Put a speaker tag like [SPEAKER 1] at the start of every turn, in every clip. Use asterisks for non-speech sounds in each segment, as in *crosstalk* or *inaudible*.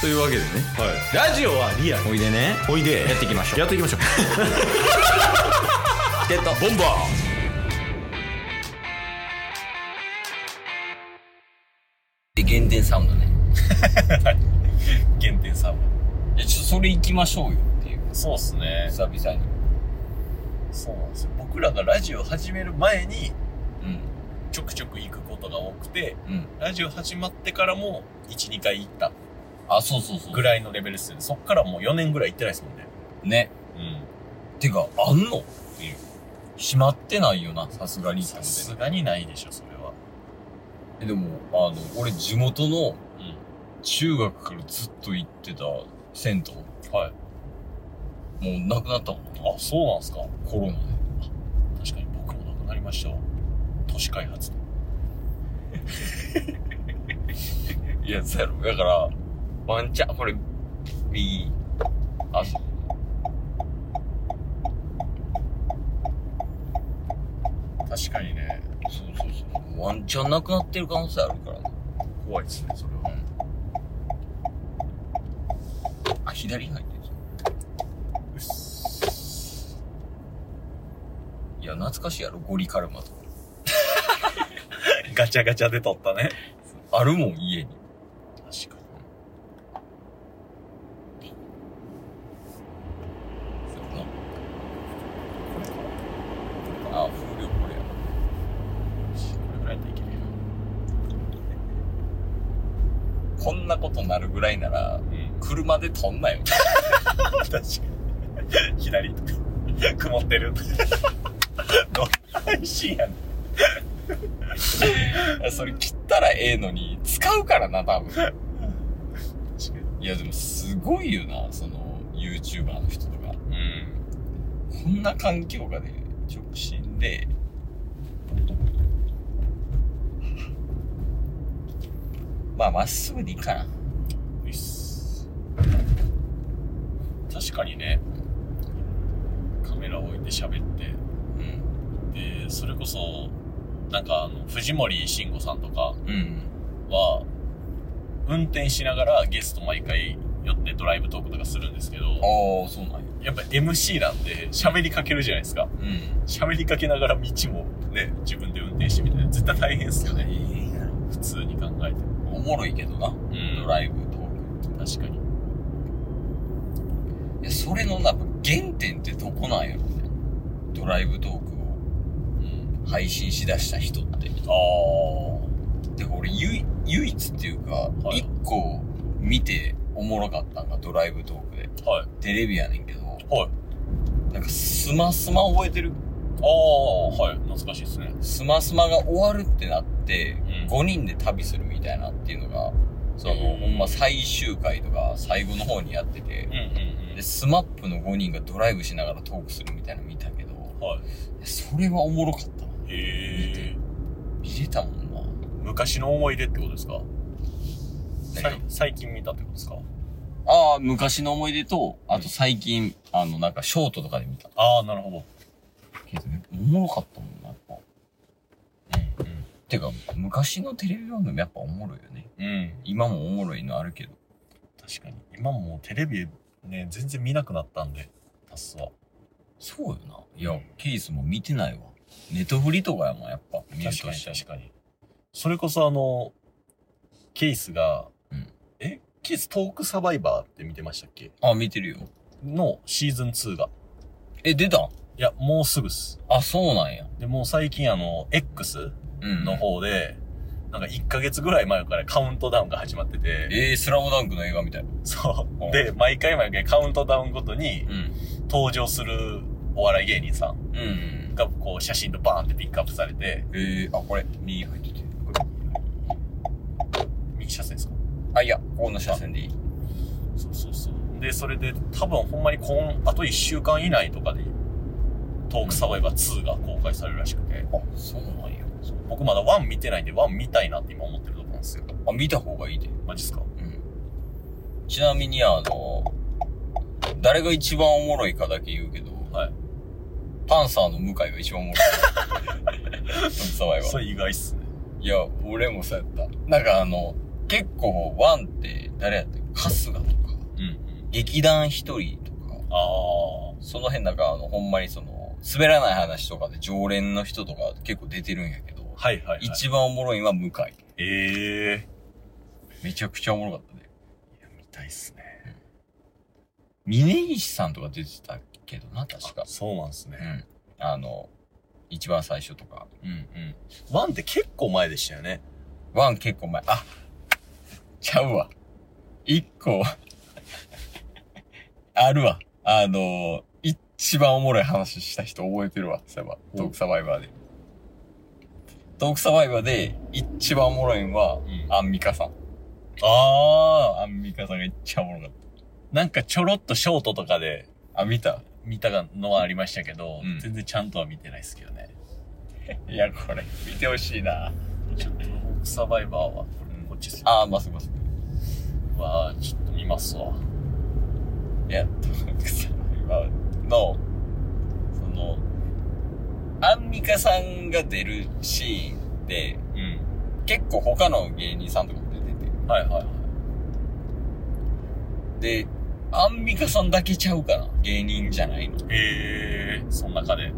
[SPEAKER 1] というわけでね
[SPEAKER 2] ラジオはリアル
[SPEAKER 1] おいでね
[SPEAKER 2] おいで
[SPEAKER 1] やっていきましょう
[SPEAKER 2] やっていき
[SPEAKER 3] *laughs*
[SPEAKER 2] ましょう
[SPEAKER 1] ゲットボンバー
[SPEAKER 3] で原点サウナね。
[SPEAKER 2] 原点サウ
[SPEAKER 3] いや、ちょっとそれ行きましょうよっていう。
[SPEAKER 2] ナそうっすね
[SPEAKER 3] 久々に。
[SPEAKER 2] そうなんですよ僕らがラジオ始める前に
[SPEAKER 3] うん。
[SPEAKER 2] ちょくちょく行くことが多くて
[SPEAKER 3] うん。
[SPEAKER 2] ラジオ始まってからも12回行った
[SPEAKER 3] あ、そうそうそう。
[SPEAKER 2] ぐらいのレベルっすよねそっからもう4年ぐらい行ってないですもんね
[SPEAKER 3] ね。
[SPEAKER 2] う
[SPEAKER 3] てか、あんのっていう。閉まってないよな、さすがに
[SPEAKER 2] ん
[SPEAKER 3] って
[SPEAKER 2] さ
[SPEAKER 3] ことですね。
[SPEAKER 2] がにないでしょそれは
[SPEAKER 3] えでも、あの、俺地元の
[SPEAKER 2] う
[SPEAKER 3] 中学からずっと行ってた銭
[SPEAKER 2] んはい
[SPEAKER 3] 湯、もうなくなったもんね。
[SPEAKER 2] あそうなんすか
[SPEAKER 3] コロナで。
[SPEAKER 2] 確かに僕もなくなりましたわ都市開発で
[SPEAKER 3] いや、そうやろ。だから、ワンチャン、これ、右、あ、
[SPEAKER 2] 確かにね
[SPEAKER 3] そうそうそう。ワンチャンなくなってる可能性あるからね。
[SPEAKER 2] 怖いですねそれは
[SPEAKER 3] あ、左に入ってる。
[SPEAKER 2] うっす
[SPEAKER 3] いや、懐かしいやろ、ゴリカルマとか。
[SPEAKER 2] ガチャガチャで撮ったね
[SPEAKER 3] あるもん、家に。
[SPEAKER 2] 確か
[SPEAKER 3] そうやな。あ、風量これや。
[SPEAKER 2] にこれぐらいでいける
[SPEAKER 3] こんなことなるぐらいなら、
[SPEAKER 2] うん
[SPEAKER 3] 車で飛んなよ。
[SPEAKER 2] *laughs* 確かに左とか曇ってる *laughs* どんな配信やねん
[SPEAKER 3] それ切ったらええのに、使うからな、多分。
[SPEAKER 2] 確か
[SPEAKER 3] いや、でもすごいよな、その、YouTuber の人とか。
[SPEAKER 2] にうん
[SPEAKER 3] こんな環境下で、直進で、まあ、まっすぐでいいかな。
[SPEAKER 2] ういっす確かにねカメラ置いて喋って
[SPEAKER 3] うん。
[SPEAKER 2] でそれこそなんかあの藤森慎吾さんとか
[SPEAKER 3] うん。
[SPEAKER 2] は運転しながらゲスト毎回寄ってドライブトークとかするんですけど
[SPEAKER 3] ああ、そうなんや。
[SPEAKER 2] やっぱ MC なんで喋りかけるじゃないですか
[SPEAKER 3] うん。
[SPEAKER 2] 喋りかけながら道もね自分で運転してみたいな絶対大変っすよね
[SPEAKER 3] ええやろ。
[SPEAKER 2] 普通に考えて
[SPEAKER 3] おもろいけどな。
[SPEAKER 2] うん
[SPEAKER 3] ドライブトーク。
[SPEAKER 2] 確かに
[SPEAKER 3] いや、それのな、原点ってどこなんやろね。ドライブトークを
[SPEAKER 2] うん
[SPEAKER 3] 配信しだした人って。
[SPEAKER 2] ああ
[SPEAKER 3] で、俺、唯唯一っていうか、一、
[SPEAKER 2] はい
[SPEAKER 3] 個見ておもろかったんがドライブトークで。
[SPEAKER 2] はい
[SPEAKER 3] テレビやねんけど、
[SPEAKER 2] はい
[SPEAKER 3] なんか、スマスマ覚えてる
[SPEAKER 2] ああはい懐かしいですね
[SPEAKER 3] スマスマが終わるってなって、
[SPEAKER 2] うん
[SPEAKER 3] 5人で旅するみたいなっていうのが、その、
[SPEAKER 2] うん
[SPEAKER 3] ほんま最終回とか最後の方にやってて
[SPEAKER 2] うん、うんうん
[SPEAKER 3] で、スマップの5人がドライブしながらトークするみたいなの見たけど、
[SPEAKER 2] はい
[SPEAKER 3] それはおもろかったな。
[SPEAKER 2] へえ
[SPEAKER 3] 見れたもんな。
[SPEAKER 2] 昔の思い出ってことですかさい
[SPEAKER 3] 何が
[SPEAKER 2] 最近見たってことですか
[SPEAKER 3] ああ、昔の思い出と、あと最近、あの、なんか、ショートとかで見た。
[SPEAKER 2] ああなるほど
[SPEAKER 3] けどね、おもろかったもんな、やっぱ。てか、昔のテレビ番組やっぱおもろいよね。
[SPEAKER 2] うん、うん、
[SPEAKER 3] 今もおもろいのあるけど。
[SPEAKER 2] 確かに今もうテレビね全然見なくなったんでタスは
[SPEAKER 3] そうよな。いや、ケースも見てないわ。ネトフリとかやもん、やっぱ。見ると
[SPEAKER 2] 確かに
[SPEAKER 3] したら
[SPEAKER 2] 確かにそれこそあのケイスが、
[SPEAKER 3] うん
[SPEAKER 2] えケイストークサバイバーって見てましたっけ
[SPEAKER 3] あ、見てるよ。
[SPEAKER 2] のシーズン2が
[SPEAKER 3] え、出たん
[SPEAKER 2] いやもうすぐっす
[SPEAKER 3] あ、そうなんや。
[SPEAKER 2] でもう最近あの X
[SPEAKER 3] うん。
[SPEAKER 2] の方で、なんか1ヶ月ぐらい前からカウントダウンが始まってて、
[SPEAKER 3] えー、スラムダンクの映画みたい。
[SPEAKER 2] そうう。
[SPEAKER 3] ん
[SPEAKER 2] で、毎回毎回カウントダウンごとに
[SPEAKER 3] うん。
[SPEAKER 2] 登場するお笑い芸人さん
[SPEAKER 3] うん。
[SPEAKER 2] がこう写真とバーンってピックアップされて、
[SPEAKER 3] えー、あ、これ、右入ってて。これ
[SPEAKER 2] 右車線ですか
[SPEAKER 3] あ、いや、この車線でいい。
[SPEAKER 2] そうそうそう。で、それで多分ほんまにこん、あと1週間以内とかで、トークサバイバー2が公開されるらしくて、
[SPEAKER 3] あ、そうなんや。
[SPEAKER 2] そう僕まだ1見てないんで1見たいなって今思ってるとこなんですよ。
[SPEAKER 3] あ、見た方がいいで。
[SPEAKER 2] マジっすか
[SPEAKER 3] うん。ちなみに、あの、誰が一番おもろいかだけ言うけど、
[SPEAKER 2] はい。
[SPEAKER 3] パンサーの向井が一番おもろい。
[SPEAKER 2] *laughs*
[SPEAKER 3] トムサワイ
[SPEAKER 2] そ
[SPEAKER 3] は。
[SPEAKER 2] れ意外っすね。
[SPEAKER 3] いや、俺もそうやった。なんかあの、結構、ワンって、誰やったっけ春日とか、
[SPEAKER 2] うんうん。
[SPEAKER 3] 劇団一人とか、
[SPEAKER 2] ああ。
[SPEAKER 3] その辺なんかあの、ほんまにその、滑らない話とかで常連の人とか結構出てるんやけど、
[SPEAKER 2] はいはい、はい。
[SPEAKER 3] 一番おもろいのは向井。
[SPEAKER 2] ええ
[SPEAKER 3] めちゃくちゃおもろかったね。
[SPEAKER 2] いや、見たいっすね。
[SPEAKER 3] 峰岸さんとか出てたけどな、確か。
[SPEAKER 2] そうなんです
[SPEAKER 3] う
[SPEAKER 2] ね。
[SPEAKER 3] ん。あの、一番最初とか。
[SPEAKER 2] うんうん。ワンって結構前でしたよね。
[SPEAKER 3] ワン結構前。あ、ちゃうわ。一個、 *laughs* あるわ。あの、一番おもろい話した人覚えてるわ。そういえば、
[SPEAKER 2] お
[SPEAKER 3] トークサバイバーで。トークサバイバーで、一番おもろいのは
[SPEAKER 2] う、ん
[SPEAKER 3] アンミカさん。
[SPEAKER 2] ああ。
[SPEAKER 3] アンミカさんがいっちゃおもろかっ
[SPEAKER 2] なんかちょろっとショートとかで
[SPEAKER 3] た。あ、見た
[SPEAKER 2] 見たのはありましたけど、
[SPEAKER 3] うん
[SPEAKER 2] 全然ちゃんとは見てないですけどね。
[SPEAKER 3] いや、これ、見てほしいな。
[SPEAKER 2] ちょっと、サバイバーは、これこっちっすね。
[SPEAKER 3] あー、まあ、すいません。
[SPEAKER 2] わあ、ちょっと見ますわ。
[SPEAKER 3] いや、トークサバイバーの、その、アンミカさんが出るシーンで、
[SPEAKER 2] うん。
[SPEAKER 3] 結構他の芸人さんとかも出て
[SPEAKER 2] はいはいはい。
[SPEAKER 3] て。で、アンミカさんだけちゃうかな芸人じゃないの。
[SPEAKER 2] へえー、その中で。
[SPEAKER 3] う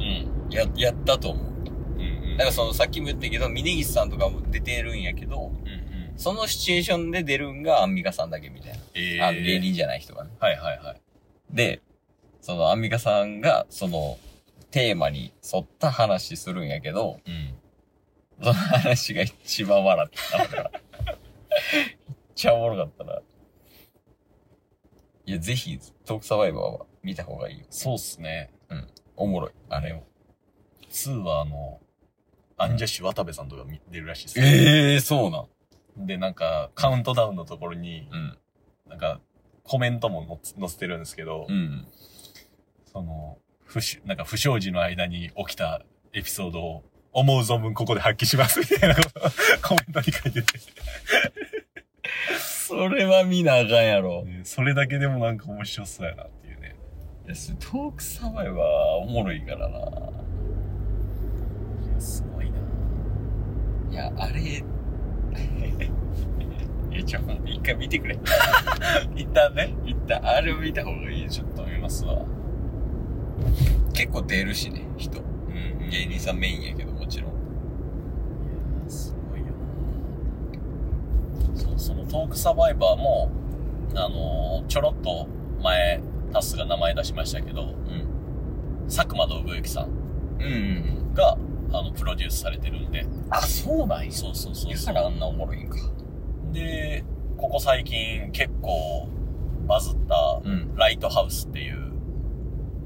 [SPEAKER 3] ん。や、やったと思う。
[SPEAKER 2] うんうん。
[SPEAKER 3] だからその、さっきも言ったけど、峯岸さんとかも出てるんやけど、
[SPEAKER 2] うんうん。
[SPEAKER 3] そのシチュエーションで出るんがアンミカさんだけみたい
[SPEAKER 2] え
[SPEAKER 3] な。あの芸。人じゃない人がね。
[SPEAKER 2] はいはいはい。
[SPEAKER 3] で、そのアンミカさんが、その、テーマに沿った話するんやけど、
[SPEAKER 2] うん。
[SPEAKER 3] その話が一番笑った俺は。めっちゃおもろかったな。いや、ぜひ、トークサバイバーは見た方がいいよ。
[SPEAKER 2] そうっすね。
[SPEAKER 3] おもろい、あれを。
[SPEAKER 2] 2はあの、アンジャッシュ渡部さんとか見出るらしいですね。
[SPEAKER 3] ええそうなん。
[SPEAKER 2] で、なんか、カウントダウンのところに、
[SPEAKER 3] うん。
[SPEAKER 2] なんか、コメントも載っ載せてるんですけど、
[SPEAKER 3] うん。
[SPEAKER 2] その、不し、なんか不祥事の間に起きたエピソードを思う存分ここで発揮しますみたいなことをコメントに書いてて、
[SPEAKER 3] それは見なあかんやろ。
[SPEAKER 2] ねそれだけでもなんか面白そうやなっていうね。
[SPEAKER 3] いや、それトークサバイバーおもろいからな。
[SPEAKER 2] すごいない
[SPEAKER 3] や、あれ、 *laughs* いや、ちょ、ほんと一回見てくれ。
[SPEAKER 2] 一旦ね、
[SPEAKER 3] 一旦、あれを見た方がいいちょっと。
[SPEAKER 2] と思いますわ。
[SPEAKER 3] 結構出るしね、人。
[SPEAKER 2] うん
[SPEAKER 3] 芸人さんメインやけど、もちろん。
[SPEAKER 2] すごいよなそうそのトークサバイバーもあのーちょろっと前タスが名前出しましたけど
[SPEAKER 3] うん。
[SPEAKER 2] 佐久間信之さん
[SPEAKER 3] うんうんうん。
[SPEAKER 2] があのプロデュースされてるんで
[SPEAKER 3] あ、そうなんや。
[SPEAKER 2] そうそうそう
[SPEAKER 3] だ
[SPEAKER 2] そ
[SPEAKER 3] か
[SPEAKER 2] う
[SPEAKER 3] らあんなおもろいんか。
[SPEAKER 2] でここ最近結構バズった
[SPEAKER 3] うん。
[SPEAKER 2] 「ライトハウス」っていう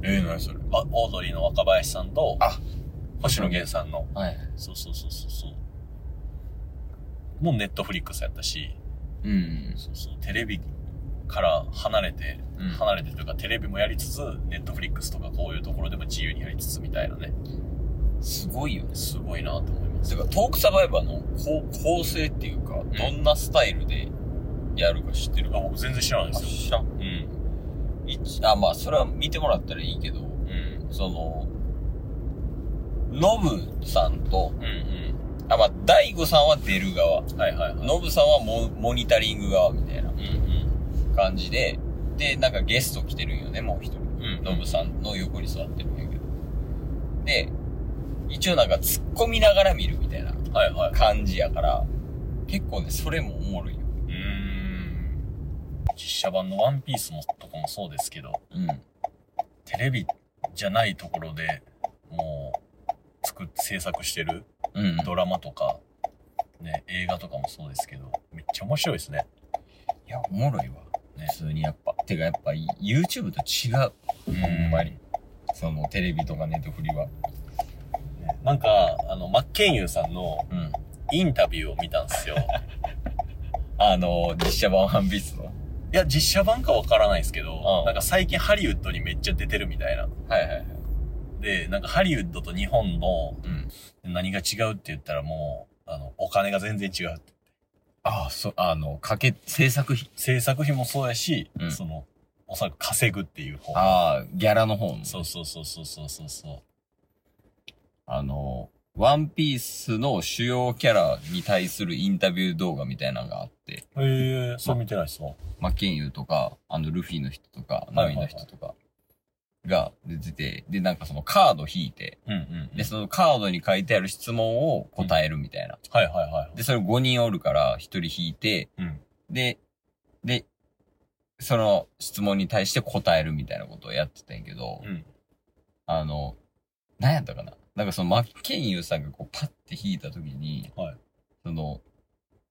[SPEAKER 3] ええなにそれ。
[SPEAKER 2] わオードリーの若林さんと
[SPEAKER 3] あ
[SPEAKER 2] 星野源さんの
[SPEAKER 3] はい。
[SPEAKER 2] そうそうそうそうそうもうネットフリックスやったし
[SPEAKER 3] うん。
[SPEAKER 2] そうそう、テレビから離れて、
[SPEAKER 3] うん
[SPEAKER 2] 離れてというか、テレビもやりつつ、ネットフリックスとかこういうところでも自由にやりつつみたいなね、
[SPEAKER 3] すごいよね。
[SPEAKER 2] すごいなと思います。
[SPEAKER 3] てか、トークサバイバーの構構成っていうか、どんなスタイルでやるか知ってる
[SPEAKER 2] あ僕全然知らないですよ。
[SPEAKER 3] らん。
[SPEAKER 2] うん。
[SPEAKER 3] 一あ、まあ、それは見てもらったらいいけど、
[SPEAKER 2] うん。
[SPEAKER 3] その、ノブさんと、
[SPEAKER 2] うん
[SPEAKER 3] あ、まあ、大悟さんは出る側。
[SPEAKER 2] うん。はいはいはい。
[SPEAKER 3] ノブさんはモモニタリング側みたいな
[SPEAKER 2] うんうん。
[SPEAKER 3] 感じで、で、なんかゲスト来てるんよね、もう一人。
[SPEAKER 2] うん
[SPEAKER 3] ノブさんの横に座ってるんやけど。で、一応なんか突っ込みながら見るみたいな
[SPEAKER 2] はいはい。
[SPEAKER 3] 感じやから、結構ね、それもおもろいよ。
[SPEAKER 2] うーん。実写版のワンピースもとかもそうですけど、
[SPEAKER 3] うん。
[SPEAKER 2] テレビじゃないところでもう、作っ、制作してる
[SPEAKER 3] うん。
[SPEAKER 2] ドラマとか、ね、映画とかもそうですけど、めっちゃ面白いですね。
[SPEAKER 3] いや、おもろいわ。
[SPEAKER 2] ね
[SPEAKER 3] 普通にやっぱ。てかやっぱ YouTube と違う。
[SPEAKER 2] う
[SPEAKER 3] ほんまに。そのテレビとかネットフリは。
[SPEAKER 2] ねなんか、あの、マッケンユーさんの
[SPEAKER 3] うん。
[SPEAKER 2] インタビューを見た
[SPEAKER 3] *laughs*
[SPEAKER 2] んですよ。
[SPEAKER 3] あの、実写版ワンピースの。
[SPEAKER 2] いや、実写版かわからないですけど
[SPEAKER 3] う、ん
[SPEAKER 2] なんか最近ハリウッドにめっちゃ出てるみたいな。
[SPEAKER 3] はいはいはい。
[SPEAKER 2] で、なんかハリウッドと日本の
[SPEAKER 3] うん。
[SPEAKER 2] 何が違うって言ったらもう、あの、お金が全然違う。
[SPEAKER 3] ああ、そう、あの、かけ、制作費。
[SPEAKER 2] 制作費もそうやし、
[SPEAKER 3] うん
[SPEAKER 2] その、おそらく稼ぐっていう方。
[SPEAKER 3] ああ、ギャラの方も。
[SPEAKER 2] そうそうそうそうそうそうそ
[SPEAKER 3] あの、ワンピースの主要キャラに対するインタビュー動画みたいなのがあって、
[SPEAKER 2] ええそれ見てないっすわ。
[SPEAKER 3] マッケンユーとか、あの、ルフィの人とか、ナミの人とかが出てて、で、なんかそのカード引いて、
[SPEAKER 2] うんうん
[SPEAKER 3] で、そのカードに書いてある質問を答えるみたいな。
[SPEAKER 2] はいはいはい。
[SPEAKER 3] で、それ5人おるから1人引いて、
[SPEAKER 2] うん。
[SPEAKER 3] で、で、その質問に対して答えるみたいなことをやってたんやけど、
[SPEAKER 2] うん。
[SPEAKER 3] あの、何やったかななんかそのマッケンユーさんがこうパッて引いたときに、
[SPEAKER 2] はい
[SPEAKER 3] その、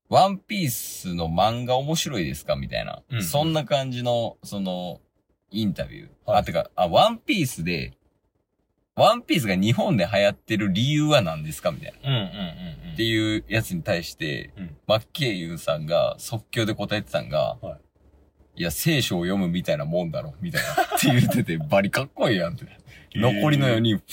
[SPEAKER 3] ワンピースの漫画面白いですかみたいな、
[SPEAKER 2] うん
[SPEAKER 3] そんな感じの、その、インタビュー。
[SPEAKER 2] はい
[SPEAKER 3] あ、てか、あ、ワンピースで、ワンピースが日本で流行ってる理由は何ですかみたいな。
[SPEAKER 2] うんうんうんうん。
[SPEAKER 3] っていうやつに対して、
[SPEAKER 2] うん
[SPEAKER 3] マッケンユーさんが即興で答えてたんが、、
[SPEAKER 2] はい
[SPEAKER 3] や、聖書を読むみたいなもんだろ、みたいな。って言ってて、バリかっこいいやんっ
[SPEAKER 2] *laughs*
[SPEAKER 3] て。残りの4人、ふ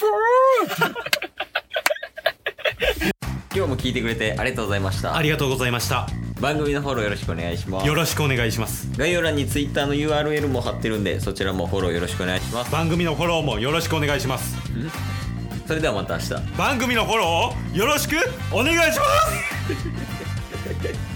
[SPEAKER 1] 今日も聞いてくれてありがとうございました
[SPEAKER 4] ありがとうございました
[SPEAKER 1] 番組のフォローよろしくお願いします
[SPEAKER 4] よろしくお願いします
[SPEAKER 1] 概要欄に Twitter の URL も貼ってるんでそちらもフォローよろしくお願いします
[SPEAKER 4] 番組のフォローもよろしくお願いします
[SPEAKER 1] それではまた明日
[SPEAKER 4] 番組のフォローをよろしくお願いします